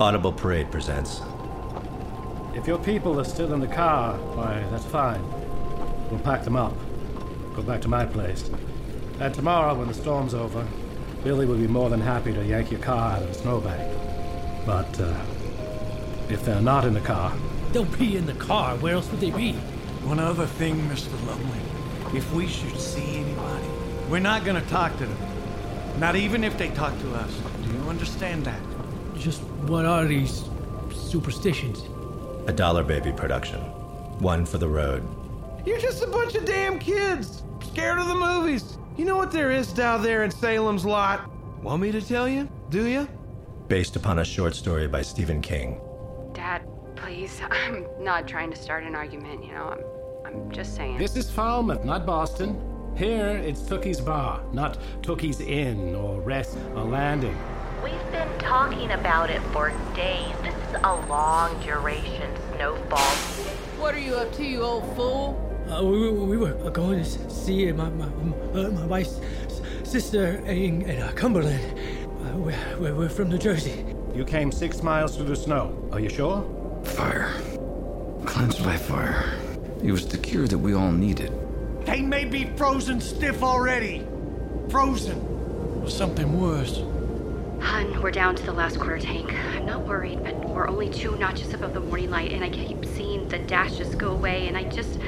Audible Parade presents. If your people are still in the car, why, that's fine. We'll pack them up. Go back to my place. And tomorrow, when the storm's over, Billy will be more than happy to yank your car out of the snowbank. But uh, if they're not in the car, They'll be in the car. Where else would they be? One other thing, Mr. Lumley. If we should see anybody, we're not gonna talk to them. Not even if they talk to us. Do you understand that? Just what are these superstitions? A Dollar Baby production. One for the road. You're just a bunch of damn kids, scared of the movies. You know what there is down there in Salem's Lot? Want me to tell you? Do you? Based upon a short story by Stephen King. Dad, please. I'm not trying to start an argument, you know. I'm I'm just saying. this is Falmouth, not Boston. Here, it's Tookie's Bar, not Tookie's Inn or Rest or Landing. We've been talking about it for days. This is a long duration snowfall. What are you up to, you old fool? Uh, we, were- we were going to see my my, uh, my wife's s- sister in, in uh, Cumberland. Uh, we're, we're, we're from New Jersey. You came six miles through the snow. Are you sure? Fire. Cleansed by fire. It was the cure that we all needed. They may be frozen stiff already. Frozen. Or something worse. Hun, we're down to the last quarter tank. I'm not worried, but we're only two notches above the morning light, and I keep seeing the dashes go away, and I just.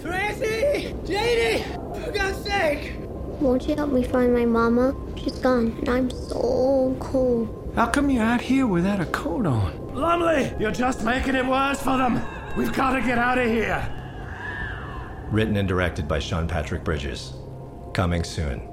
Francie! Janie! For God's sake! Won't you help me find my mama? She's gone, and I'm so cold. How come you're out here without a coat on? Lumley, you're just making it worse for them. We've got to get out of here. Written and directed by Sean Patrick Bridges. Coming soon.